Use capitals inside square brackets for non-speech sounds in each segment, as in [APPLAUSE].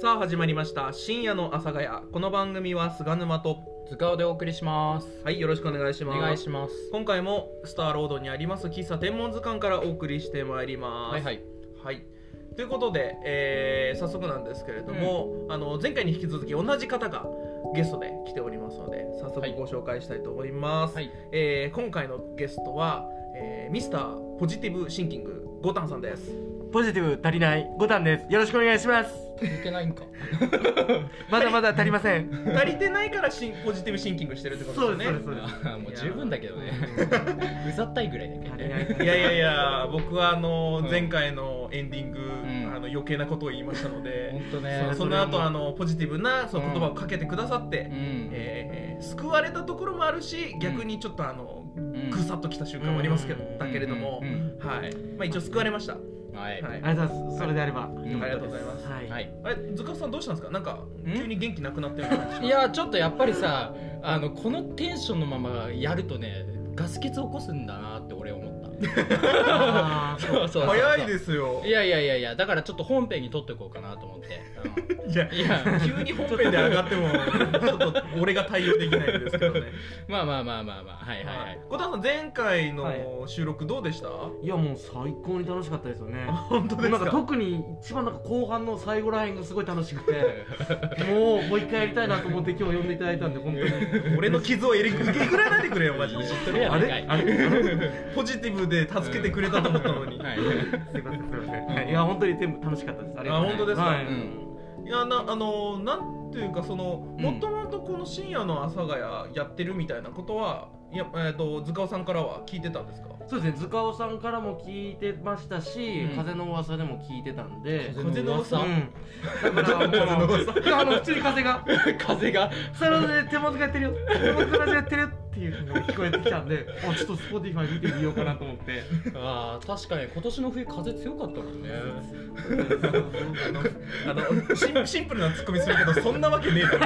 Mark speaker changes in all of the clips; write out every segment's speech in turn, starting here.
Speaker 1: さあ始まりました深夜の阿佐ヶ谷この番組は菅沼と
Speaker 2: 図尾でお送りします
Speaker 1: はいよろしくお願いし
Speaker 2: お
Speaker 1: ます
Speaker 2: 願いします
Speaker 1: 今回もスターロードにあります喫茶天文図鑑からお送りしてまいります
Speaker 2: はいはい
Speaker 1: はいということで、えー早速なんですけれども、あの前回に引き続き同じ方がゲストで来ておりますので早速
Speaker 2: はい
Speaker 1: ご紹介したいと思います、
Speaker 2: はい
Speaker 1: えー今回のゲストは、えー、ミスターポジティブシンキングゴタンさんです [LAUGHS]
Speaker 3: ポジティブ足りない五段です。よろしくお願いします。
Speaker 2: いけないんか
Speaker 3: まだまだ足りません。
Speaker 1: 足りてないからシンポジティブシンキングしてるってことですよね
Speaker 3: そう
Speaker 2: [LAUGHS] もう十分だけどねうざったいぐらいだけど
Speaker 3: 足りな
Speaker 2: ね
Speaker 3: い。
Speaker 1: いやいやいや僕はあの
Speaker 2: うん
Speaker 1: 前回のエンディング、
Speaker 2: ん
Speaker 1: あの余計なことを言いましたので
Speaker 2: 本当ね
Speaker 1: その
Speaker 3: それ
Speaker 1: 後
Speaker 3: も
Speaker 1: あのポジティブなその言葉をかけてくださっ
Speaker 2: う
Speaker 1: て、
Speaker 2: ん
Speaker 1: えー救われたところもあるし逆にちょっとあの、
Speaker 2: ん
Speaker 1: ぐさっときた瞬間もありますけど、
Speaker 3: うん
Speaker 1: だけれども、
Speaker 2: うんうん
Speaker 1: はいまあ、一応救われました、
Speaker 2: うんはい
Speaker 1: はい
Speaker 3: ありがとうございます。それであれば。
Speaker 2: ん
Speaker 1: ありがとうございます、
Speaker 3: はい。
Speaker 2: はい
Speaker 1: あれ塚さんどうしたんですかなんか急に元気なくなってる感じします
Speaker 2: いやちょっとやっぱりさあのこのテンションのままやるとねガス欠起こすんだなって俺思 [LAUGHS] った
Speaker 3: あー
Speaker 2: そうそう
Speaker 1: 早い
Speaker 2: す
Speaker 1: ですよ
Speaker 2: いやいやいやいやだからちょっと本編に撮っておこうかなと思って、
Speaker 1: いや
Speaker 2: うんいや
Speaker 1: [LAUGHS] 急に本編で上がってもちょっと俺が対応できないんですけどね
Speaker 2: [LAUGHS] まあまあまあまあまあはいはいはい、
Speaker 1: 小田さん前回
Speaker 3: は
Speaker 1: の収録どうでした、
Speaker 3: いやもう最高に楽しかったですよね。
Speaker 1: 本当です
Speaker 3: な
Speaker 1: か
Speaker 3: んか特に一番なんか後半の最後らへんがすごい楽しく
Speaker 1: [LAUGHS]
Speaker 3: て、もうもう一回やりたいなと思って今日呼んでいただいたんで本当
Speaker 1: 俺の傷をえりえぐらないでくれよマジで
Speaker 2: それや
Speaker 3: あ
Speaker 2: で
Speaker 3: れ
Speaker 2: かい
Speaker 3: あれ
Speaker 1: ポジティブで助けてくれたと思ったのに、、
Speaker 2: はいい
Speaker 3: に。すいませんすいません。はいいや本当に全部楽しかったです。ありがとうござ
Speaker 1: あ本当で
Speaker 3: います。
Speaker 1: すか
Speaker 3: はい。
Speaker 2: うん
Speaker 1: やなあのなんていうかその
Speaker 2: うん
Speaker 1: もともとこの深夜の阿佐ヶ谷やってるみたいなことはいや、えー、と塚尾さんからは聞いてたんですか
Speaker 3: そうですね。塚尾さんからも聞いてましたし、
Speaker 2: うん
Speaker 3: 風の噂でも聞いてたんで。
Speaker 1: 風の噂 [LAUGHS]
Speaker 3: うん、だからもうあの普通に風が
Speaker 2: 風が
Speaker 3: それで手元がやってるよ手元がやってるっていうのが聞こえてきたんであちょっと Spotify 見てみようかなと思って
Speaker 2: あー確かに今年の冬風強かったもんね
Speaker 1: あのシンシンプルなツッコミするけどそんなわけねえだろ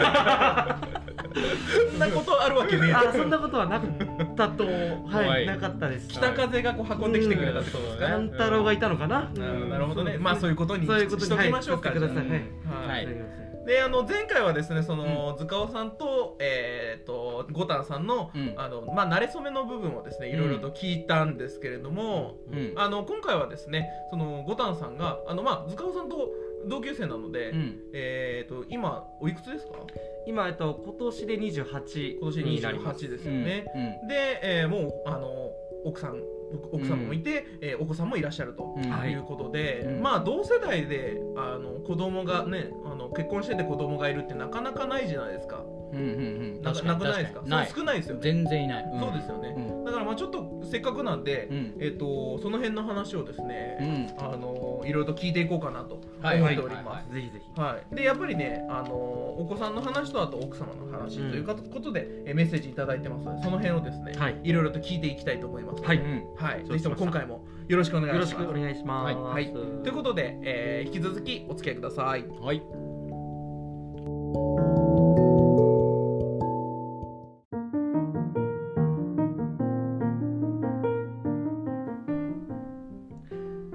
Speaker 1: そんなことあるわけねえだ
Speaker 3: あ
Speaker 1: ろ
Speaker 3: そんなことはなかったとは
Speaker 2: 怖い
Speaker 3: いなかったです
Speaker 1: 北風がこう運んできてくれたってことですか、
Speaker 2: うん
Speaker 3: 乱太郎がいたのかな、
Speaker 1: うんなるほどねまあそういうことに
Speaker 3: そういうこと
Speaker 1: しときましょうか
Speaker 3: はいしてください
Speaker 2: じゃあ
Speaker 3: はい、
Speaker 1: はい
Speaker 2: はい
Speaker 3: すいません
Speaker 1: であの前回はですねその、塚尾さんとえっ、とゴタンさんの、
Speaker 2: うん
Speaker 1: あのまあ慣れ初めの部分をですねいろいろと聞いたんですけれども、
Speaker 2: うん
Speaker 1: あの今回はですねそのゴタンさんがあのまあ塚尾さんと同級生なので、
Speaker 2: うん
Speaker 1: えっ、と今おいくつですか？
Speaker 3: 今、えっと、今年で28
Speaker 1: 今年
Speaker 3: になります
Speaker 1: 28ですよね。
Speaker 2: うんうん
Speaker 1: で、えーもうあの奥さん奥奥さんもいて、えーお子さんもいらっしゃると。
Speaker 2: うん
Speaker 3: はい
Speaker 1: ということで、
Speaker 2: うん
Speaker 1: まあ同世代であの子供がねあの結婚してて子供がいるってなかなかないじゃないですか
Speaker 2: うんうんうん
Speaker 1: な
Speaker 2: 確か
Speaker 1: な
Speaker 2: に
Speaker 1: くないですか
Speaker 2: 確にない
Speaker 1: そう少ないですよね
Speaker 2: 全然いない、ん
Speaker 1: そうですよね
Speaker 2: うん
Speaker 1: だからまあちょっとせっかくなんで、
Speaker 2: うん
Speaker 1: えっとその辺の話をですね、
Speaker 2: うん
Speaker 1: あのいろいろと聞いていこうかなと思
Speaker 2: はい
Speaker 1: っております。
Speaker 3: ぜひぜひ
Speaker 1: はい、でやっぱりね、あのお子さんの話とあと奥様の話というかことで、えメッセージいただいてますのでその辺をですね、
Speaker 3: はい
Speaker 1: いろいろと聞いていきたいと思います
Speaker 3: はい
Speaker 2: うん
Speaker 1: はい、ぜ
Speaker 3: 承知
Speaker 1: ひ
Speaker 3: し
Speaker 1: と
Speaker 3: ま
Speaker 1: も
Speaker 3: した
Speaker 1: 今回もよろしくお願いし
Speaker 3: よろ
Speaker 1: ま
Speaker 3: し
Speaker 1: す。
Speaker 3: くお願いします。
Speaker 2: は
Speaker 1: はい、ということで、えー引き続きお付き合いください。
Speaker 2: はい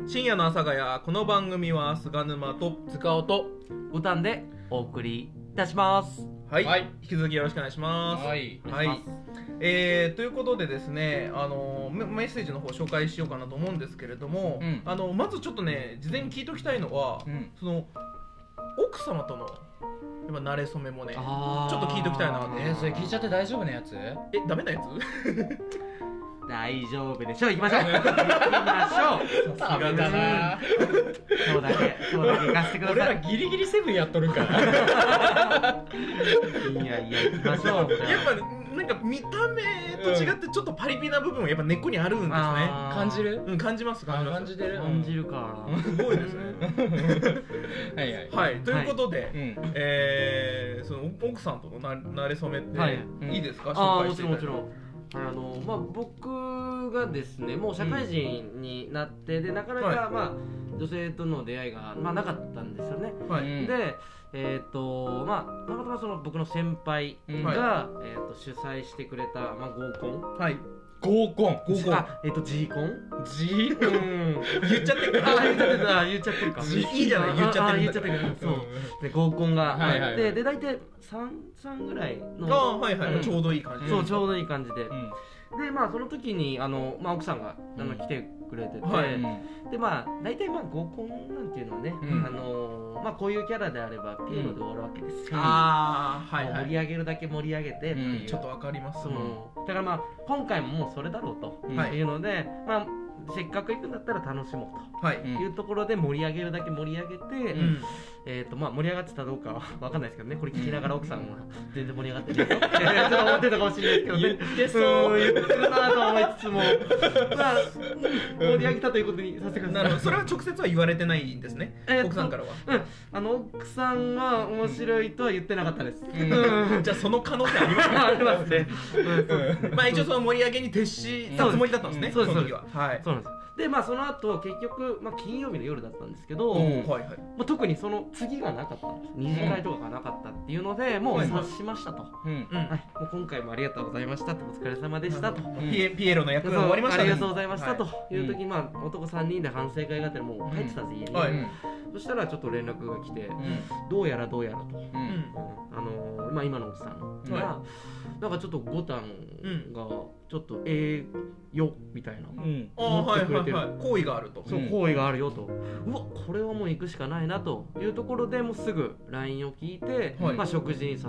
Speaker 1: 深夜の阿佐ヶ谷、この番組は菅沼と、
Speaker 2: 塚尾と
Speaker 3: ボタンでお送りいたします。
Speaker 1: はい、
Speaker 2: はい
Speaker 1: 引き続きよろしくお願いします。
Speaker 2: はい
Speaker 3: お願いします
Speaker 1: えーということでですね、あのメメッセージの方紹介しようかなと思うんですけれども、
Speaker 2: うん
Speaker 1: あのまずちょっとね事前に聞いておきたいのは、
Speaker 2: うん
Speaker 1: その奥様とのやっぱ慣れ初めもね
Speaker 3: あー
Speaker 1: ちょっと聞いておきたいな
Speaker 2: えー、それ聞いちゃって大丈夫なやつは
Speaker 1: えダメなや
Speaker 3: 大丈夫でしょう行きましょう行きましょう
Speaker 2: ダメだな
Speaker 3: 今日だけ今日だけ行かせてくだ
Speaker 2: 俺
Speaker 3: さ
Speaker 2: ら
Speaker 3: い
Speaker 2: ギリギリセブンやっとる
Speaker 1: [LAUGHS]
Speaker 2: んから
Speaker 3: いやいや行きましょう
Speaker 1: つ [LAUGHS] やっぱなんか見た目と違ってちょっとパリピな部分はやっぱ根っこにあるんですね、
Speaker 3: あー
Speaker 2: 感じる
Speaker 1: うん感じます感じ
Speaker 2: あ
Speaker 1: ます
Speaker 2: 感じてる
Speaker 3: 感じるか
Speaker 1: すごいですね
Speaker 2: はいはい
Speaker 1: はいということで、
Speaker 2: うん
Speaker 1: えー、その奥さんとのな慣れ初めって、
Speaker 3: はい
Speaker 1: い
Speaker 2: うん
Speaker 1: ですか、
Speaker 3: ああ
Speaker 1: 紹
Speaker 3: も
Speaker 1: 介し
Speaker 3: ち
Speaker 1: て
Speaker 3: ろ
Speaker 1: い
Speaker 3: ん
Speaker 1: ただいて
Speaker 3: もちろんあのまあ僕がですねもう社会人になって、でなかなか、
Speaker 1: は
Speaker 3: まあ女性との出会いが、まあ、なかったんですよね、
Speaker 1: はい、
Speaker 2: うん
Speaker 3: でえっ、とまあたまたまその僕の先輩
Speaker 2: う
Speaker 3: が、
Speaker 2: ん
Speaker 3: えー、と主催してくれた、まあ、合コン
Speaker 1: はい
Speaker 2: 合コン
Speaker 1: 合コン
Speaker 3: あえっと G コン
Speaker 2: ジ
Speaker 3: うん
Speaker 1: 言っちゃってる
Speaker 3: [LAUGHS] あ言っちゃってた言っちゃってるか
Speaker 1: いいじゃない言っちゃってるんだから
Speaker 3: ああ言っちゃってるそうで合コンが
Speaker 2: はいはいは
Speaker 3: あ
Speaker 2: い
Speaker 3: ってで大体33ぐらい
Speaker 1: あ
Speaker 3: の
Speaker 1: ーはいはい、
Speaker 3: [LAUGHS] うん
Speaker 1: ちょうどいい感じ
Speaker 3: そうちょうどいい感じで
Speaker 2: うん
Speaker 3: でまあその時にあの、まあ、奥さんがあ
Speaker 2: う
Speaker 3: の
Speaker 2: ん
Speaker 3: 来てくれてて、
Speaker 1: はい
Speaker 3: でまあ大体まあ合コンなんていうのはね、
Speaker 2: うん
Speaker 3: あのーまあ、こういうキャラであればピエロで終わるわけですよ、
Speaker 1: ああは
Speaker 3: も
Speaker 1: いうは
Speaker 3: 盛
Speaker 1: い
Speaker 3: り上げるだけ盛り上げてっていう、
Speaker 2: うん
Speaker 1: ちょっとわかります
Speaker 3: そうだからまあ今回ももうそれだろうと
Speaker 2: うん
Speaker 1: はい
Speaker 3: いうので、まあ、せっかく行くんだったら楽しも
Speaker 1: は
Speaker 2: う
Speaker 1: い、
Speaker 3: うというところで盛り上げるだけ盛り上げて、
Speaker 1: うん
Speaker 3: えーとまあ、盛り上がってたどうかはわかんないですけどねこれ聞きながら奥さんは全然盛り上がってるよって
Speaker 1: [LAUGHS]
Speaker 3: ちょっと思ってたかもしれないですけどね
Speaker 2: 言って
Speaker 3: そう
Speaker 2: そう
Speaker 3: 言ってるなとは思い
Speaker 1: [LAUGHS]
Speaker 3: つつも、まあ、盛り上げたということにさせてください。
Speaker 1: なるほどそれは直接は言われてないんですね
Speaker 3: えっと
Speaker 1: 奥さんからは
Speaker 3: うん、あの奥さんは面白いとは言ってなかったです。
Speaker 2: ん
Speaker 1: [LAUGHS] じゃあその可能性ありますね
Speaker 3: あありますね。うんそうですね
Speaker 1: まあ一応その盛り上げに徹したつもりだったんですね
Speaker 3: そうです
Speaker 1: の時ははい
Speaker 3: そうなんですよ。でまあその後結局まあ金曜日の夜だったんですけど、
Speaker 2: うん
Speaker 3: ま
Speaker 1: はいはい
Speaker 3: あ特にその次がなかったんです。二次会とかがなかったっていうので、もう
Speaker 1: はい
Speaker 3: 察しましたと。
Speaker 2: うん
Speaker 1: うん
Speaker 3: はい、もう今回もありがとうございましたとお疲れ様でしたと。
Speaker 2: うん
Speaker 1: ピエピエロの役
Speaker 3: そう
Speaker 1: が終わりましたね
Speaker 3: ありがとうございましたと
Speaker 1: は
Speaker 3: いう時に、まあ男三人で反省会があってもう帰ってたんです家に、
Speaker 1: は
Speaker 2: う
Speaker 1: い
Speaker 2: ん
Speaker 3: そしたらちょっと連絡が来て、
Speaker 2: うん
Speaker 3: どうやらどうやらと、うん
Speaker 2: う
Speaker 1: うんん
Speaker 3: あのーまあ、今の奥さんが、
Speaker 1: は
Speaker 3: なんかちょっと五反
Speaker 1: うん
Speaker 3: がちょっとええよみたいな、
Speaker 2: うん
Speaker 1: ああはいはい
Speaker 3: 持
Speaker 1: はい好意があると
Speaker 3: そう
Speaker 2: うん
Speaker 3: 行為があるよと、うわこれはもう行くしかないなというところでもうすぐ LINE を聞いて、
Speaker 1: はい
Speaker 3: まあ、食事に誘っ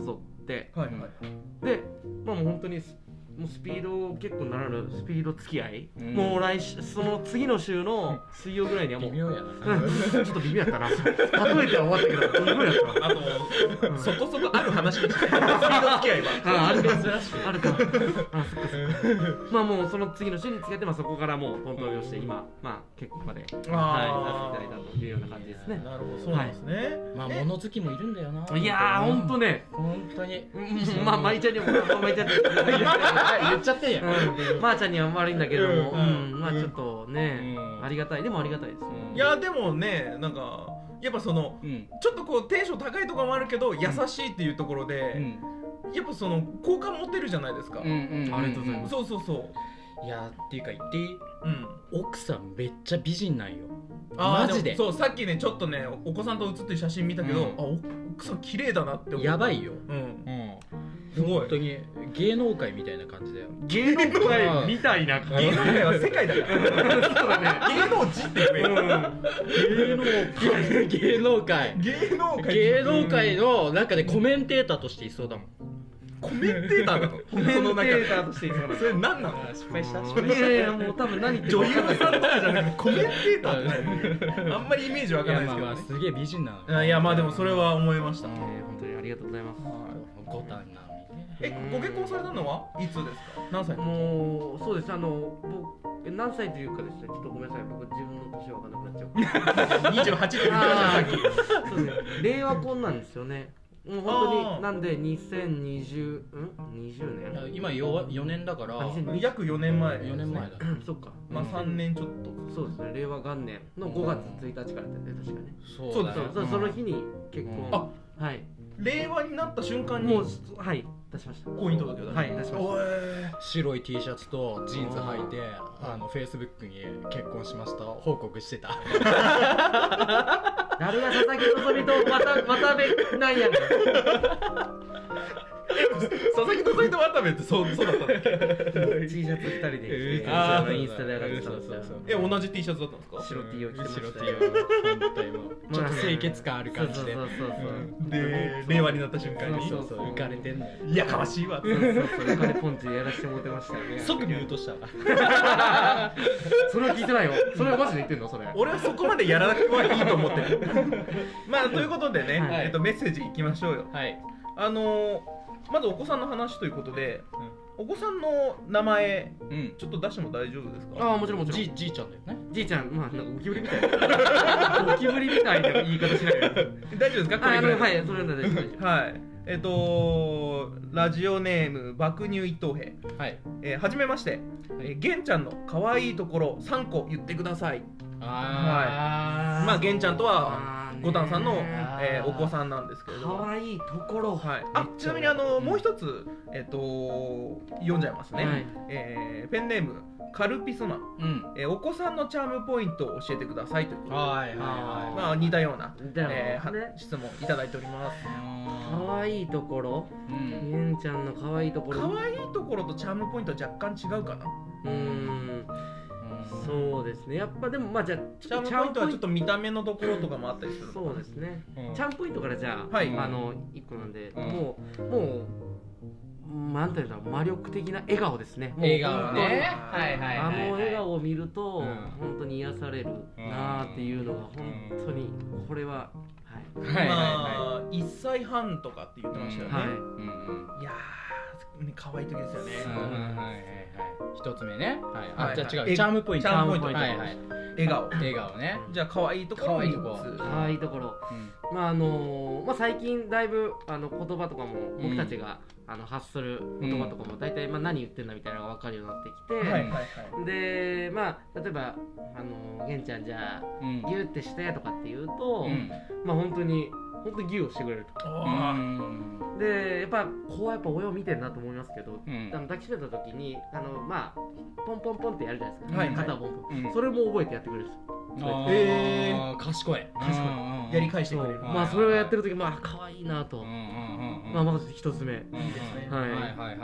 Speaker 3: て
Speaker 1: はい
Speaker 2: はい
Speaker 3: で、まあ、もう本当にスもうスピード結構ならぬスピード付き合い、
Speaker 2: うん
Speaker 3: もう来週その次の週の水曜ぐらいにはも
Speaker 2: 微
Speaker 3: う
Speaker 2: 妙やな
Speaker 3: [LAUGHS] ちょっと微妙やったな例えては終わったけど微妙やったな
Speaker 1: あとそこそこある話に近いスピード付き合いは
Speaker 3: ああるか
Speaker 2: 珍しい
Speaker 3: あるかあそっかそっかまあもうその次の週に付き合って、まあ、そこからもうトントンをして今まあ結婚まではいさせていただいたというような感じですね
Speaker 1: なるほどそうなんですね
Speaker 2: まあ
Speaker 1: え
Speaker 2: 物好きもいるんだよない
Speaker 3: やーほんとね
Speaker 2: 本当に
Speaker 3: うんまあまいちゃんにもまいちゃんにも
Speaker 2: 言っちゃってんやん
Speaker 3: うんまーちゃんには悪いんだけども、
Speaker 1: う
Speaker 3: うんんまあちょっとね、
Speaker 2: うん
Speaker 3: ありがたいでもありがたいですよ、
Speaker 1: いやでもねなんかやっぱその
Speaker 2: うん
Speaker 1: ちょっとこうテンション高いところもあるけど優しいっていうところ
Speaker 2: う
Speaker 1: で、
Speaker 2: ん
Speaker 1: やっぱその好感持てるじゃないですか、
Speaker 2: うんうん
Speaker 3: ありがとうございま
Speaker 1: そうそうそう
Speaker 2: いやっていうか言っていい
Speaker 1: うん
Speaker 2: 奥さんめっちゃ美人なんよ
Speaker 1: あー
Speaker 2: マジで
Speaker 1: もそうさっきねちょっとねおお子さんと写ってる写真見たけど、
Speaker 2: うん
Speaker 1: あお奥さん綺麗だなって思う
Speaker 2: やばいよ
Speaker 1: うん
Speaker 2: うん
Speaker 1: すご
Speaker 2: 本当
Speaker 1: い
Speaker 2: に芸能界みたいな感じだよ
Speaker 3: 芸能界みたいな感じ
Speaker 1: 芸能界は世界だから
Speaker 3: そうだね
Speaker 1: [LAUGHS] 芸能人って言えよ
Speaker 3: 芸能界
Speaker 2: 芸
Speaker 1: 芸能
Speaker 2: 能界
Speaker 1: 界
Speaker 2: 芸能界の中でコメンテーターとしていそうだもん
Speaker 1: コメンテーターなの
Speaker 3: コメンテー
Speaker 1: そ
Speaker 3: ターとしていそうな
Speaker 1: の中でそれ何なの
Speaker 2: 失
Speaker 3: いやいやもう多分何言ってる
Speaker 1: 女
Speaker 3: か
Speaker 1: 優
Speaker 3: 分かんな
Speaker 1: さんとか
Speaker 3: い
Speaker 1: じゃなくてコメンテーターって何あんまりイメージわ
Speaker 2: い
Speaker 1: かん
Speaker 2: や
Speaker 1: ないで
Speaker 2: ますあ
Speaker 1: けど
Speaker 2: ま
Speaker 1: ね
Speaker 2: あすげえ美人なの
Speaker 1: あいやまあでもそれは思いました
Speaker 2: う
Speaker 3: えー本当にありがとうございます。
Speaker 2: 五反なのにね
Speaker 1: えご結婚されたのはいつですか何歳の時
Speaker 3: もうそうですあの僕え何歳というかですねちょっとごめんなさい僕自分の年わかんなくなっちゃう。
Speaker 1: 28って言ってましたよさっき
Speaker 3: そうですね令和婚なんですよね。もう本当
Speaker 1: あー
Speaker 3: になんで2020ん20
Speaker 2: [LAUGHS]
Speaker 3: 年
Speaker 2: 今よ四年だから
Speaker 3: あ2020
Speaker 1: 約4年前
Speaker 2: 四年前だ
Speaker 3: うんそっか
Speaker 1: まあ3年ちょっ
Speaker 3: そうですね令和元年の5月1日からだったよね確かね。
Speaker 2: そうだ
Speaker 3: そう
Speaker 2: よ
Speaker 3: そうその日に結婚、
Speaker 1: とあ
Speaker 3: はい
Speaker 1: 令和になった瞬間に
Speaker 3: もうはい出しました。
Speaker 1: 婚姻届を出した
Speaker 3: はい出しました
Speaker 1: おえ
Speaker 2: 白い T シャツとジーンズ履いてあのフェイスブックに結婚しました報告してた
Speaker 3: 誰が佐々木希と渡渡辺なんやねん。
Speaker 1: 佐々木といて渡部ってそうそうだったんだっけ [LAUGHS]
Speaker 3: T シャツ2人で着て、
Speaker 1: あー
Speaker 3: あのインスタで上がってたんですよ。
Speaker 1: え同じ T シャツだったんですか
Speaker 3: 白 T を着てましたよ
Speaker 2: 白 T を反対
Speaker 3: [LAUGHS]
Speaker 2: もちょっと清潔感ある感じで
Speaker 3: そうそうそうそう。
Speaker 1: で令和になった瞬間に
Speaker 2: そうそう浮かれてんのよ
Speaker 1: いやかましいわ
Speaker 3: そうそうそう、浮かれポンチやらせてもらってましたよね。
Speaker 2: 即ミュートしたわ
Speaker 3: それは聞いてないよ。それはマジで言ってんのそれ。
Speaker 1: 俺はそこまでやらなくてはいいと思ってる [LAUGHS] まあということでね、
Speaker 3: はい
Speaker 1: えっと、メッセージいきましょうよ
Speaker 2: はい
Speaker 1: あのーまずお子さんの話ということでお子さんの名前
Speaker 2: うん
Speaker 1: ちょっと出しても大丈夫ですか
Speaker 3: ああ、もちろんもちろん。
Speaker 2: じ
Speaker 3: じ
Speaker 2: いじいちゃんだよね
Speaker 3: いちゃん、まあ、なんかゴキブリみたいな。ゴキブリみたいな言い方しないで。
Speaker 1: 大丈夫ですかこ
Speaker 3: あ
Speaker 1: れ
Speaker 3: あ
Speaker 1: ぐら
Speaker 3: の、はいい、それなら大丈夫大丈夫。
Speaker 1: はいえっとラジオネーム爆乳一等兵
Speaker 2: はい
Speaker 1: えーはじめまして、えー、げんちゃんの可愛いところ3個言ってください
Speaker 2: ああ
Speaker 1: まあげんちゃんとは
Speaker 3: あー
Speaker 1: 五段さんの、
Speaker 2: あー
Speaker 1: えーお子さんなんですけれども
Speaker 3: 可愛いところ
Speaker 1: はい、あちなみにあのもう一つ、えっと読んじゃいますね、
Speaker 3: はい
Speaker 1: えーペンネームカルピソマン、
Speaker 2: うん
Speaker 1: えーお子さんのチャームポイントを教えてくださいということで
Speaker 2: はいはいはい
Speaker 1: まあ、似たような、
Speaker 3: だよ
Speaker 1: えーは
Speaker 3: ね
Speaker 1: 質問いただいております
Speaker 3: 可愛いところ
Speaker 2: うん
Speaker 3: ゆんちゃんの可愛いところ
Speaker 1: 可愛いところとチャームポイントは若干違うかな
Speaker 3: うーんそうですねやっぱでもまあじゃあ
Speaker 1: チャームポイントはちょっと見た目のところとかもあったりするの
Speaker 3: そうですね
Speaker 2: うん
Speaker 3: チャームポイントからじゃあ、
Speaker 1: はい
Speaker 3: あの一個なんで、
Speaker 2: うん
Speaker 3: もうもうなんていうんだろう魔力的な笑顔ですねもう
Speaker 2: 笑顔ね
Speaker 1: うん
Speaker 2: はいはい
Speaker 3: あ
Speaker 2: はいはい
Speaker 3: の笑顔を見ると、
Speaker 2: うん
Speaker 3: 本当に癒されるなあっていうのが本当にこれは、はい
Speaker 2: はいはいは
Speaker 1: まあ、1歳半とかって言ってましたよね、
Speaker 3: はいい、
Speaker 2: いうんうん
Speaker 1: やーね可愛い時ですよね、
Speaker 2: うんうんはいはいはい一つ目ねはい
Speaker 1: は
Speaker 2: あ
Speaker 1: い
Speaker 2: じゃあ違
Speaker 1: え
Speaker 2: うチャームポイント
Speaker 1: チャームポイント
Speaker 2: はいはい
Speaker 1: 笑顔
Speaker 2: 笑顔ね
Speaker 1: じゃあ可愛いところ
Speaker 2: 可愛いとこ
Speaker 1: 三つ
Speaker 3: 可愛いところ
Speaker 2: うん
Speaker 3: まああのまあ、最近だいぶあの言葉とかも僕たちが、あの発する言葉とかも大体、まあ、何言ってんだみたいなのが分かるようになってきて、
Speaker 1: はいはいはい
Speaker 3: でまあ例えば「あの玄ちゃんじゃあ
Speaker 2: うん
Speaker 3: ギュってして」とかって言うと、
Speaker 2: うん
Speaker 3: まあ本当に本当にギュをしてくれる
Speaker 1: お
Speaker 2: う
Speaker 1: ー
Speaker 2: ん
Speaker 3: とでやっぱこうやっぱ親を見てるなと思いますけど、
Speaker 2: うん
Speaker 3: あの抱きしめた時にあのまあポンポンポンってやるじゃないですか、
Speaker 1: はいはい
Speaker 3: 肩をポンポン、
Speaker 2: うん
Speaker 3: それも覚えてやってくれるんですよ
Speaker 2: あー
Speaker 1: え
Speaker 2: 賢い
Speaker 3: 賢い
Speaker 2: うんうん
Speaker 1: やり返してくれる
Speaker 3: そう
Speaker 2: はい
Speaker 3: まあそれをやってる時まあ可愛いなと、
Speaker 2: うんうんうん
Speaker 3: まあまず一つ目
Speaker 2: うん
Speaker 1: いいですね
Speaker 2: は
Speaker 3: はいい
Speaker 2: はいはい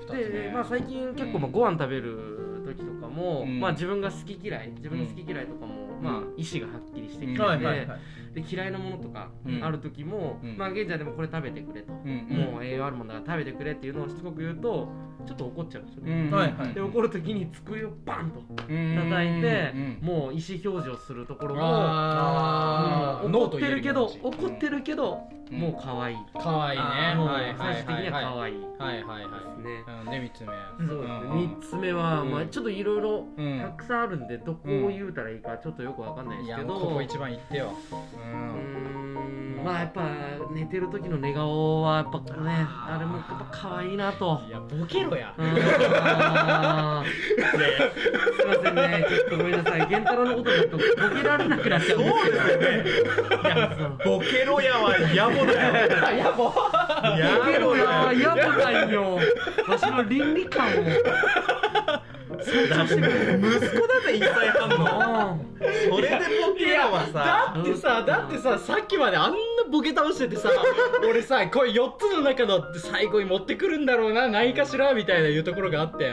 Speaker 2: 二つ目
Speaker 3: で、まあ、最近結構まあご飯食べる時とかも、
Speaker 2: うん
Speaker 3: まあ、自分が好き嫌い自分の好き嫌いとかも、まあ、意思がはっきりしてきてて、
Speaker 1: はいはいはい
Speaker 3: で嫌いなものとか
Speaker 2: うん
Speaker 3: ある時も、
Speaker 2: うん
Speaker 3: まあ、現在でもこれ食べてくれと、
Speaker 2: うんうん
Speaker 3: もう栄養あるものだから食べてくれっていうのをしつこく言うとちょっと怒っちゃうんですよ
Speaker 2: う
Speaker 3: ね、
Speaker 2: ん
Speaker 1: はいはい
Speaker 3: で怒る時に机をバンと
Speaker 2: うん
Speaker 3: 叩いて、
Speaker 2: うん
Speaker 3: もう意思表示をするところも、
Speaker 2: あー
Speaker 3: うん怒ってるけど
Speaker 2: ノーと
Speaker 3: 怒
Speaker 2: 言える感じ
Speaker 3: ってるけど、
Speaker 2: うん
Speaker 3: もう可愛い、
Speaker 2: 可愛いね
Speaker 1: あー
Speaker 3: もう
Speaker 2: はいはい
Speaker 3: 最終的には可愛いで
Speaker 2: はいはいはいはい
Speaker 3: すね、
Speaker 2: うんで三つ目
Speaker 1: うん
Speaker 3: そうです
Speaker 2: う
Speaker 3: ね、
Speaker 2: ん
Speaker 3: 3つ目は、
Speaker 2: うん
Speaker 3: まあ、ちょっといろいろ
Speaker 2: うん
Speaker 3: たくさんあるんでどこを言うたらいいかちょっとよくわかんないで
Speaker 2: い
Speaker 3: す
Speaker 2: や
Speaker 3: け
Speaker 2: も
Speaker 3: ど、
Speaker 2: うここ一番言ってよう
Speaker 3: うー
Speaker 2: ん
Speaker 3: んまあやっぱ寝てる時の寝顔はやっぱね
Speaker 1: あー
Speaker 3: あれもやっぱ可愛いなと。
Speaker 2: いやボケろや [LAUGHS]
Speaker 3: うんあーすいませんね、ちょっとごめんなさい、源太郎のことだとボケられなくなっちゃうんですよ。いやそう
Speaker 1: ボケロヤは [LAUGHS] 野暮だよ
Speaker 2: やぼ
Speaker 1: 野
Speaker 3: ボケろよ、
Speaker 1: だ
Speaker 3: やばないよ、わしの倫理観を尊重してくれよ。
Speaker 1: 息子だぜ1歳半の
Speaker 3: うん
Speaker 1: それでボケロはさ
Speaker 2: だってさだってささっきまであんなボケ倒してて [LAUGHS] さ俺さこれ4つの中の最後に持ってくるんだろうなないかしらみたいないうところがあって、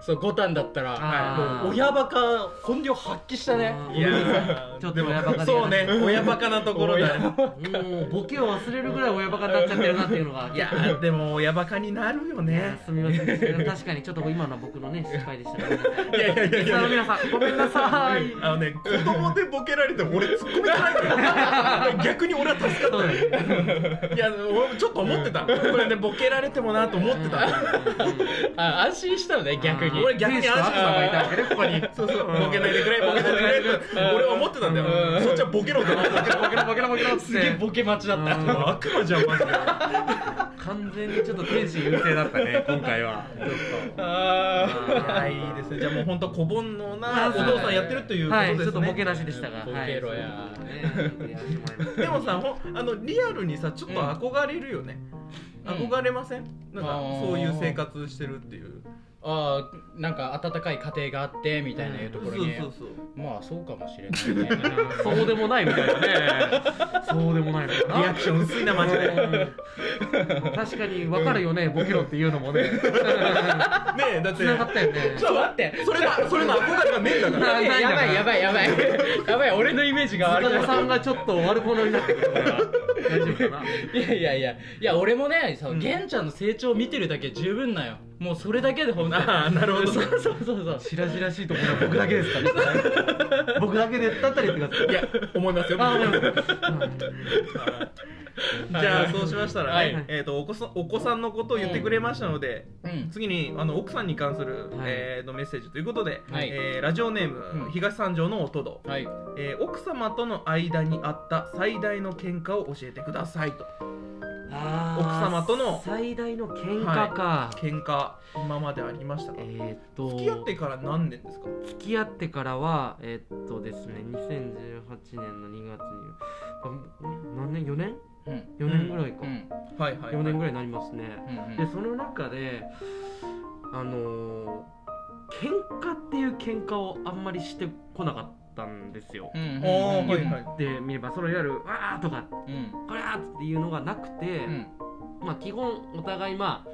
Speaker 2: そう五反だったら
Speaker 3: あー
Speaker 2: もう親バカ本領発揮したね
Speaker 3: あー
Speaker 1: いやー
Speaker 3: ちょっと親バカだけど
Speaker 1: そうね親バカなところだよ
Speaker 3: もうボケを忘れるぐらい親バカになっちゃってるなっていうのが
Speaker 1: [LAUGHS] いやーでも親バカになるよね
Speaker 3: ねすみませんでも確かにちょっと今のは僕のね失敗でしたね
Speaker 1: いやいやいやい
Speaker 3: リスナーの
Speaker 1: や
Speaker 3: 皆さんごめんなさい
Speaker 1: あのね子供でボケられても俺ツッコミじゃないから逆に俺は助かった
Speaker 3: そうだよね
Speaker 1: いや俺もちょっと思ってたこれねボケられてもなと思ってた
Speaker 2: あ安心したのね逆に
Speaker 3: うん
Speaker 1: 俺逆に安心した
Speaker 3: がいたわけねここに
Speaker 1: そうそうボケないでくれボケないでくれって俺は思ってたんだ
Speaker 2: う
Speaker 1: よ
Speaker 2: ん
Speaker 1: そっちはボケろって思ってた
Speaker 3: ボケろボケろボケろっつ
Speaker 2: すげえ
Speaker 3: って
Speaker 2: ボケ待ちだった
Speaker 3: うん
Speaker 1: 悪魔じゃんマジで
Speaker 3: 完全にちょっと天使優勢だったね今回はちょっ
Speaker 2: あー
Speaker 1: いやいいですねじゃあもう本当小煩悩なお父さんやってるという
Speaker 3: と
Speaker 1: こ
Speaker 3: はい
Speaker 1: と
Speaker 3: ち
Speaker 1: で
Speaker 3: ょっ
Speaker 1: す
Speaker 3: とボケ
Speaker 1: ね
Speaker 3: なしでしたが
Speaker 2: ボケろや
Speaker 3: はいそういうことでねやってもらいました
Speaker 1: でもさほんあのリアルにさちょっと憧れるよね
Speaker 2: うん
Speaker 1: 憧れませんなんか
Speaker 2: あー
Speaker 1: そういう生活してるっていう
Speaker 2: あーなんか温かい家庭があってみたいないうと
Speaker 1: そう
Speaker 2: こ
Speaker 1: そう
Speaker 2: ろに
Speaker 1: そう
Speaker 2: まあそうかもしれないね
Speaker 3: そうでもないみたいなねそうでもないみたいな
Speaker 1: リアクション薄いなマジでね
Speaker 3: 確かに分かるよね、ボケろっていうのもね。
Speaker 1: えだって
Speaker 3: 繋がったよね。
Speaker 2: ちょっと待って
Speaker 1: それのそれの憧れがねえんだから
Speaker 3: なないん
Speaker 2: や
Speaker 3: だか
Speaker 2: ば
Speaker 3: ら
Speaker 2: いやばいやばいやばい俺のイメージが悪
Speaker 3: 岡
Speaker 2: か
Speaker 3: 田
Speaker 2: った
Speaker 3: さんがちょっと悪者になってくるから。大丈夫かない
Speaker 2: やいやいやいや俺もねさ、
Speaker 1: うん
Speaker 2: 玄ちゃんの成長を見てるだけで十分なんよもうそれだけでほんと
Speaker 1: あーなるほど
Speaker 2: そうそうそうそう
Speaker 3: 白々しいところは僕だけです
Speaker 1: [LAUGHS]
Speaker 3: かね。僕だけでだったら言ってください。
Speaker 1: いや思いますよ
Speaker 3: あ、でも。
Speaker 1: じゃあそうしましたら、ね
Speaker 2: はい
Speaker 1: えー、とお子さんお子さんのことを言ってくれましたので、
Speaker 2: うん
Speaker 1: 次にあの奥さんに関する、
Speaker 3: はい
Speaker 1: えーのメッセージということで、
Speaker 2: はい
Speaker 1: えーラジオネーム、
Speaker 2: うん
Speaker 1: 東三条のおとど、
Speaker 2: はい
Speaker 1: えー奥様との間にあった最大の喧嘩を教えてくださいと奥様との
Speaker 3: 最大の喧嘩か、
Speaker 1: 喧嘩今までありましたか
Speaker 3: えーっと
Speaker 1: 付き合ってから何年ですか
Speaker 3: 付き合ってからはえーっとですね2018年の2月にあ何年4年
Speaker 2: うん
Speaker 3: 4年ぐらいか、
Speaker 2: うん
Speaker 1: はいはい、はい、
Speaker 3: 4年ぐらいになりますね、
Speaker 2: うん
Speaker 3: でその中であのー喧嘩っていう喧嘩をあんまりしてこなかったんですよ、
Speaker 2: うん
Speaker 1: おーはいはい
Speaker 3: で見ればそのいわゆる「わー」とか
Speaker 2: うん
Speaker 3: 「こりゃ!」っていうのがなくて、
Speaker 2: うん
Speaker 3: まあ基本お互いま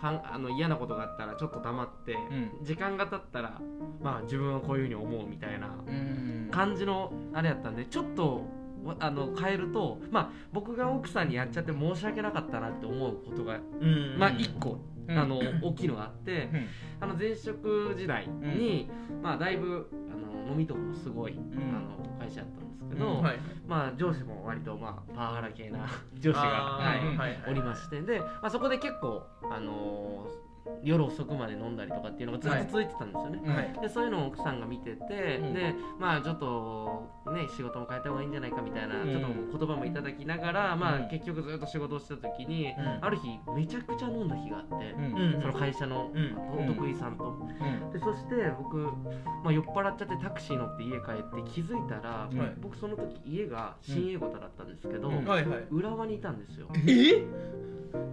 Speaker 3: あかんあの嫌なことがあったらちょっと黙って、
Speaker 2: ん
Speaker 3: 時間が経ったらまあ自分はこういうふうに思うみたいな
Speaker 2: うん
Speaker 3: 感じのあれやったんでちょっとわあの変えるとまあ僕が奥さんにやっちゃって申し訳なかったなって思うことが、
Speaker 1: うん
Speaker 3: まあ
Speaker 1: うん
Speaker 3: 1個、
Speaker 2: うん
Speaker 3: あの大きいのがあって
Speaker 2: うん
Speaker 3: あの前職時代に、まあだいぶあの飲みとかもすごい、あの会社やったんですけど、
Speaker 2: うん
Speaker 1: はい
Speaker 3: まあ上司も割とまあパワハラ系な [LAUGHS] 上司が、
Speaker 1: あー
Speaker 3: はい
Speaker 1: はいはい
Speaker 3: おりましてで、まあ、そこで結構、あのー夜遅くまで飲んだりとかっていうのがずっと続いてたんですよね、
Speaker 2: うん
Speaker 1: はい
Speaker 3: でそういうのを奥さんが見てて、
Speaker 2: うん
Speaker 3: でまあちょっとね仕事も変えた方がいいんじゃないかみたいな、
Speaker 2: うん
Speaker 3: ちょっと言葉もいただきながら、まあ
Speaker 2: うん
Speaker 3: 結局ずっと仕事をしてた時に、
Speaker 2: うん
Speaker 3: ある日めちゃくちゃ飲んだ日があって、
Speaker 2: うん
Speaker 1: うん
Speaker 3: その会社の
Speaker 1: うん
Speaker 3: お得意さんと、
Speaker 2: うん
Speaker 3: でそして僕、まあ、酔っ払っちゃってタクシー乗って家帰って気づいたら、
Speaker 2: うん
Speaker 1: はい
Speaker 3: 僕その時家が新英語だったんですけど、
Speaker 2: うん
Speaker 1: はいはい
Speaker 3: 浦和にいたんですよ
Speaker 1: え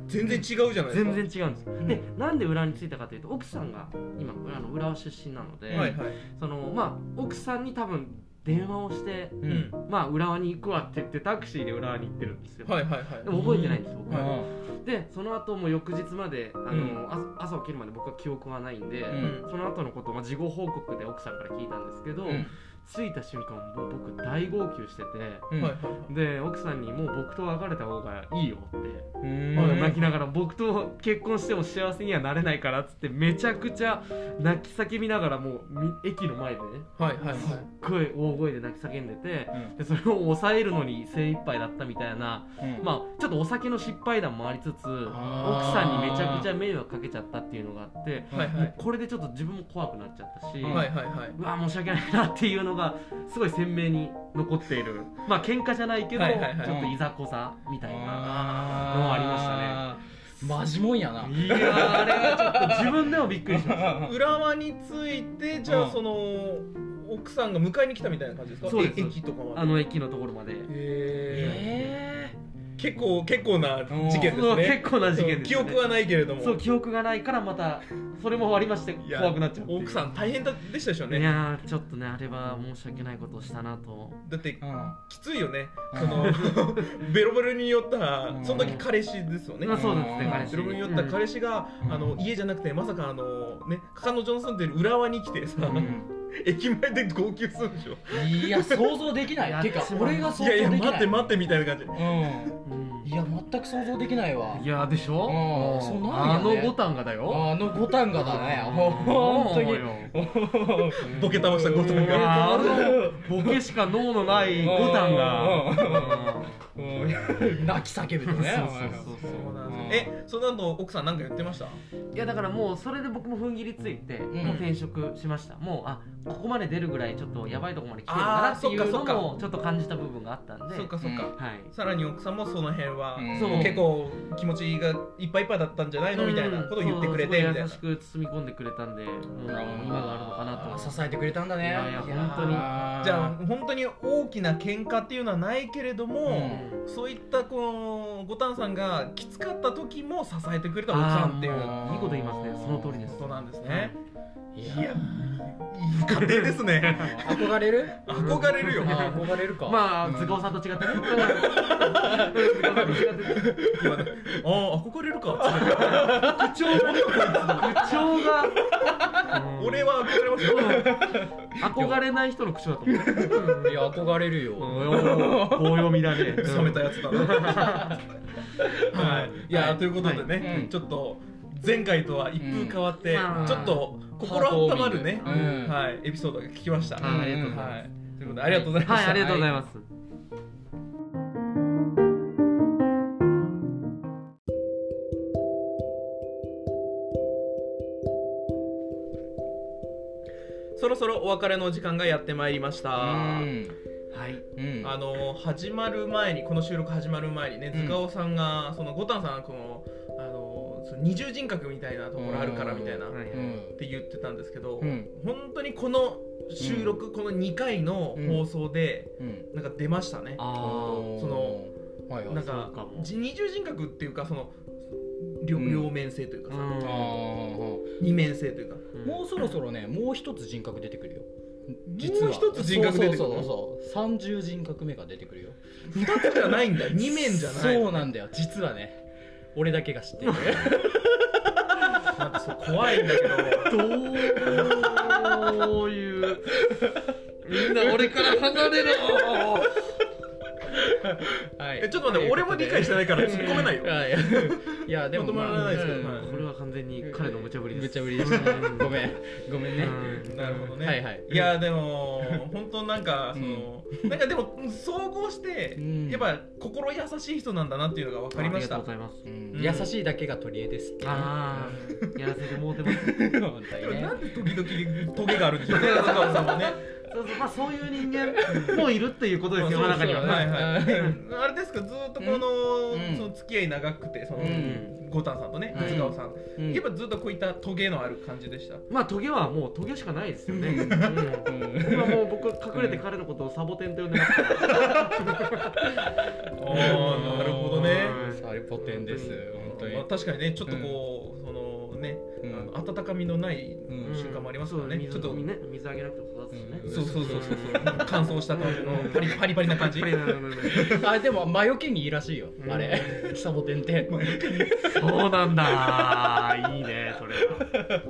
Speaker 1: 全然違うじゃないですか
Speaker 3: 全然違うんです、
Speaker 1: ん
Speaker 3: でなんで浦和に着いたかというと奥さんが今あの浦和出身なので、
Speaker 1: はいはい
Speaker 3: そのまあ奥さんに多分電話をして
Speaker 2: う
Speaker 1: うんん
Speaker 3: まあ浦和に行くわって言ってタクシーで浦和に行ってるんですよ、
Speaker 1: はいはいはい
Speaker 3: でも覚えてないんです僕
Speaker 2: う
Speaker 3: は、
Speaker 2: ん
Speaker 3: でその後もう翌日まであの、
Speaker 1: うん
Speaker 3: あ朝起きるまで僕は記憶はないんで、
Speaker 2: うん
Speaker 3: その後のことを、まあ、事後報告で奥さんから聞いたんですけど、
Speaker 2: うん
Speaker 3: 着いた瞬間もう僕大号泣して
Speaker 2: う
Speaker 1: はい
Speaker 2: ん
Speaker 1: はい
Speaker 3: てで奥さんに「もう僕と別れた方がいいよ」って、
Speaker 2: うん
Speaker 3: もう泣きながら「僕と結婚しても幸せにはなれないから」っつってめちゃくちゃ泣き叫びながらもうみ駅の前でね
Speaker 1: はいはいはい
Speaker 3: すっごい大声で泣き叫んでて
Speaker 2: うん
Speaker 3: でそれを抑えるのに精一杯だったみたいな、
Speaker 2: うん
Speaker 3: まあ、ちょっとお酒の失敗談もありつつ奥
Speaker 2: あ
Speaker 3: さ
Speaker 2: ー
Speaker 3: んにめちゃくちゃ迷惑かけちゃったっていうのがあって
Speaker 1: はいはい
Speaker 3: これでちょっと自分も怖くなっちゃったし。
Speaker 2: うん
Speaker 1: はいはいはいう
Speaker 3: わ申し訳ないなっていうのがすごい鮮明に残っているまあ喧嘩じゃないけど、
Speaker 1: はいはいはい
Speaker 3: ちょっといざこざみたいな
Speaker 2: あー
Speaker 3: のありま
Speaker 2: マジもんやない
Speaker 3: やーあれはちょっと自分でもびっくりしました
Speaker 1: 浦和についてじゃ
Speaker 2: う
Speaker 1: あ
Speaker 2: ん
Speaker 1: その奥さんが迎えに来たみたいな感じですか
Speaker 3: そうです
Speaker 1: え駅とかま
Speaker 3: あ
Speaker 1: で
Speaker 3: の駅のところまで
Speaker 1: へ
Speaker 2: え
Speaker 1: え結構結構な事件で
Speaker 3: そ
Speaker 1: す
Speaker 3: う
Speaker 1: ね
Speaker 3: 結構な事件です、
Speaker 1: 記
Speaker 3: ね、
Speaker 1: 憶はないけれども
Speaker 3: そう記憶がないからまたそれもありまして
Speaker 1: いや
Speaker 3: 怖くなっちゃうっていう
Speaker 1: 奥さん大変だでしたでしょう
Speaker 3: い
Speaker 1: ね
Speaker 3: やーちょっとねあれは申し訳ないことをしたなと
Speaker 1: だって
Speaker 2: ーうん
Speaker 1: きついよね
Speaker 2: うん
Speaker 1: その
Speaker 3: [LAUGHS]
Speaker 1: ベロベロに酔った
Speaker 2: うん
Speaker 1: その時彼氏ですよね
Speaker 3: まあそうですね
Speaker 2: うん
Speaker 3: 彼氏
Speaker 1: ベロベロに酔った彼氏が
Speaker 2: うん
Speaker 1: あの家じゃなくてまさかあのね彼女の住んでる浦和に来てさ
Speaker 3: うんうん
Speaker 1: 駅前で号泣するでしょ
Speaker 2: いや想像できないい
Speaker 3: や
Speaker 2: てか
Speaker 3: 私も
Speaker 2: 俺が想
Speaker 1: い
Speaker 2: 像
Speaker 1: や
Speaker 2: で
Speaker 1: い
Speaker 2: き
Speaker 1: や
Speaker 2: ない
Speaker 1: 待って待ってみたいな感じ
Speaker 2: うん
Speaker 3: うん
Speaker 2: いや全く想像できないわ
Speaker 3: いやーでしょ、
Speaker 2: うん
Speaker 3: うん
Speaker 2: そうなんやね
Speaker 3: あのボタンがだよ
Speaker 2: あの五反がだね
Speaker 3: 本
Speaker 2: 本
Speaker 3: 当
Speaker 2: 当
Speaker 3: に
Speaker 2: に
Speaker 1: ボケ倒したゴタン
Speaker 3: いや
Speaker 1: が
Speaker 3: あのボケしか脳のない五段が
Speaker 2: うんうん泣き叫ぶとね
Speaker 3: そう
Speaker 1: そ
Speaker 3: そうう
Speaker 1: なん
Speaker 2: うん
Speaker 1: ですよえその後奥さんなんか言ってました
Speaker 3: いやだからもうそれで僕も踏ん切りついて、
Speaker 2: ん
Speaker 3: もう転職しましたもうあここまで出るぐらいちょっとやばいとこまで来てるんだなっていうの
Speaker 1: あーそっかそっ
Speaker 3: もちょっと感じた部分があったんで
Speaker 1: そっかそっか
Speaker 3: はい
Speaker 1: さらに奥さんもその辺は
Speaker 2: うん
Speaker 3: そう
Speaker 1: もう結構気持ちがいっぱいいっぱいだったんじゃないのみたいなことを言ってくれてみ
Speaker 3: う
Speaker 1: た
Speaker 3: ん
Speaker 1: いな
Speaker 3: そうすごい優しく包み込んでくれたんでもう今があるのかなと思います
Speaker 2: 支えてくれたんだね
Speaker 3: いやいや本当に
Speaker 2: に
Speaker 1: じゃあ本当に大きな喧嘩っていうのはないけれども、そういったこの五反さんがきつかった時も支えてくれた奥さんっていう
Speaker 3: あ
Speaker 1: こ
Speaker 3: ーもいいこと言いますねその通りです
Speaker 1: となんですね。
Speaker 2: い
Speaker 1: い
Speaker 2: や
Speaker 1: や、いい家庭ですね。
Speaker 2: 憧れる
Speaker 1: 憧れるよ。
Speaker 2: あ憧れるか
Speaker 3: ま
Speaker 2: う
Speaker 3: あ
Speaker 2: ん
Speaker 3: 塚尾さんと違っ
Speaker 1: [LAUGHS]
Speaker 3: てね塚尾さんと違ってね
Speaker 1: 今ねああ、憧れるか。
Speaker 3: 口調が口調が、
Speaker 1: 俺は憧れますよ。
Speaker 3: 憧れない人の口調だと思う
Speaker 2: いや憧れるよ
Speaker 3: 棒読みだね
Speaker 1: 冷めたやつだな。はい、いや、
Speaker 3: はい
Speaker 1: ということでね、
Speaker 2: はいうん
Speaker 1: ちょっと前回とは一風変わって、
Speaker 3: うん
Speaker 1: ちょっと心温まるね、
Speaker 2: ハートウォーミングうん
Speaker 1: はい、エピソードが聞きました。
Speaker 3: はい
Speaker 1: は
Speaker 3: ありがとうございます
Speaker 1: い、ということでありがとうございま
Speaker 3: は
Speaker 1: し
Speaker 3: い
Speaker 1: た。
Speaker 3: ありがとうございます
Speaker 1: そろそろお別れの時間がやってまいりました。
Speaker 2: うん
Speaker 3: はい
Speaker 2: うん
Speaker 1: あの始まる前にこの収録始まる前にね
Speaker 2: うん
Speaker 1: 塚尾さんが、その五反さんこのあのその二重人格みたいなところあるからみたいな、
Speaker 3: はいは
Speaker 1: っ
Speaker 3: い
Speaker 2: うん
Speaker 1: て言ってたんですけど、
Speaker 2: うん
Speaker 1: 本当にこの収録、この2回の放送で、
Speaker 2: うん
Speaker 1: なんか出ましたね。
Speaker 3: あー
Speaker 1: その
Speaker 2: はいはい
Speaker 1: なん
Speaker 3: そ
Speaker 1: か
Speaker 3: うかも
Speaker 1: じ二重人格っていうかその両,、
Speaker 2: うん
Speaker 1: 両面性というかさ、
Speaker 2: あー
Speaker 1: 二面性というか
Speaker 2: も
Speaker 3: も
Speaker 2: うそろそろねもう一つ人格出てくるよ
Speaker 1: もう一つ人格出てくる
Speaker 2: そうそうそうそう30人格目が出てくるよ
Speaker 1: 2つじゃないんだ2面じゃない
Speaker 2: そうなんだよ実はね俺だけが知
Speaker 1: [LAUGHS]
Speaker 2: ってる
Speaker 1: なんかそう怖いんだけど
Speaker 3: うどういうみんな俺から離れろ
Speaker 2: はい
Speaker 1: [LAUGHS] えちょっと待って俺も理解してないから突っ込めないよ
Speaker 2: [LAUGHS] はい
Speaker 1: [LAUGHS]
Speaker 2: いやでも
Speaker 1: まとまらないですけど
Speaker 2: うん
Speaker 1: はい
Speaker 3: これは完全に彼の無茶ぶりです
Speaker 2: 無
Speaker 1: [LAUGHS]
Speaker 2: 茶ぶりでしたねごめんごめんね
Speaker 3: うん
Speaker 1: なるほどね
Speaker 2: はいはい
Speaker 1: いやでも本当なんかその、なんかでも総合して、
Speaker 2: うん
Speaker 1: やっぱ心優しい人なんだなっていうのが分かりました
Speaker 3: ありがとうございます
Speaker 2: うん
Speaker 1: うん
Speaker 2: 優しいだけが取り柄ですってね
Speaker 3: ああやらせてもうてます
Speaker 2: うん [LAUGHS] 本当
Speaker 1: で
Speaker 2: に
Speaker 1: も
Speaker 2: ね
Speaker 1: なんで時々トゲがあるんでしょ
Speaker 2: [LAUGHS]
Speaker 1: うね塚尾さんもね
Speaker 3: そうそうまあそういう人間もいるっていうことですよ世の中には
Speaker 1: そうそうはいは
Speaker 2: う
Speaker 1: い
Speaker 2: ん
Speaker 1: であれですかずっとこの,、
Speaker 2: うん
Speaker 1: その付き合い長くてその、
Speaker 2: うん
Speaker 1: ゴタンさんとね
Speaker 2: はい
Speaker 1: 塚尾さん、
Speaker 2: うん
Speaker 1: やっぱずっとこういったトゲのある感じでした
Speaker 3: まあトゲはもうトゲしかないですよね、
Speaker 2: う
Speaker 3: うんん今もう僕隠れて彼のことをサボテンと呼んでますか
Speaker 1: あー
Speaker 3: ら
Speaker 1: [LAUGHS] なるほどね
Speaker 2: サイポテンです本当に
Speaker 1: まあ、確かにねちょっとこう、そのね、
Speaker 2: うん
Speaker 1: あの温かみのない
Speaker 2: うん
Speaker 1: 瞬間もありますからね、
Speaker 3: うん
Speaker 1: ちょっと
Speaker 3: 水にね水あげなくても育つしね、
Speaker 2: うん
Speaker 1: そうそうそうそう
Speaker 3: うん
Speaker 1: 乾燥した感じのパリパリパリな感じ
Speaker 3: やっぱりななな
Speaker 2: あでも魔除けにいいらしいよ
Speaker 3: うん
Speaker 2: あれ [LAUGHS] サボテンって
Speaker 3: そうなんだいいねそれは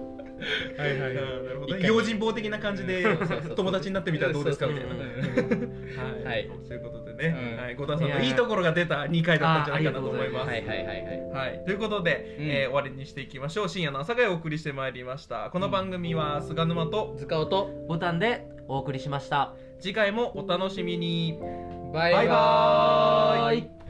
Speaker 2: はいは
Speaker 1: あーなるほど
Speaker 2: 一
Speaker 1: ね
Speaker 2: 回
Speaker 1: 用心棒的な感じで
Speaker 2: うんそうそうそう
Speaker 1: 友達になってみたらどうですかみたいな
Speaker 3: うん
Speaker 1: はい、
Speaker 2: はい
Speaker 1: ということでね、
Speaker 2: うん
Speaker 1: はい、後藤さんのいいところが出た2回だったんじゃないかなと思います
Speaker 2: は
Speaker 3: あーあり
Speaker 2: いはいはいはい
Speaker 1: はい、ということで、
Speaker 2: うん
Speaker 1: えー終わりにしていきましょう深夜の朝がお送りしてまいりましたこの番組は菅沼と
Speaker 2: 塚尾と
Speaker 3: ボタンでお送りしました
Speaker 1: 次回もお楽しみに
Speaker 2: バ
Speaker 1: バイバーイ
Speaker 2: イ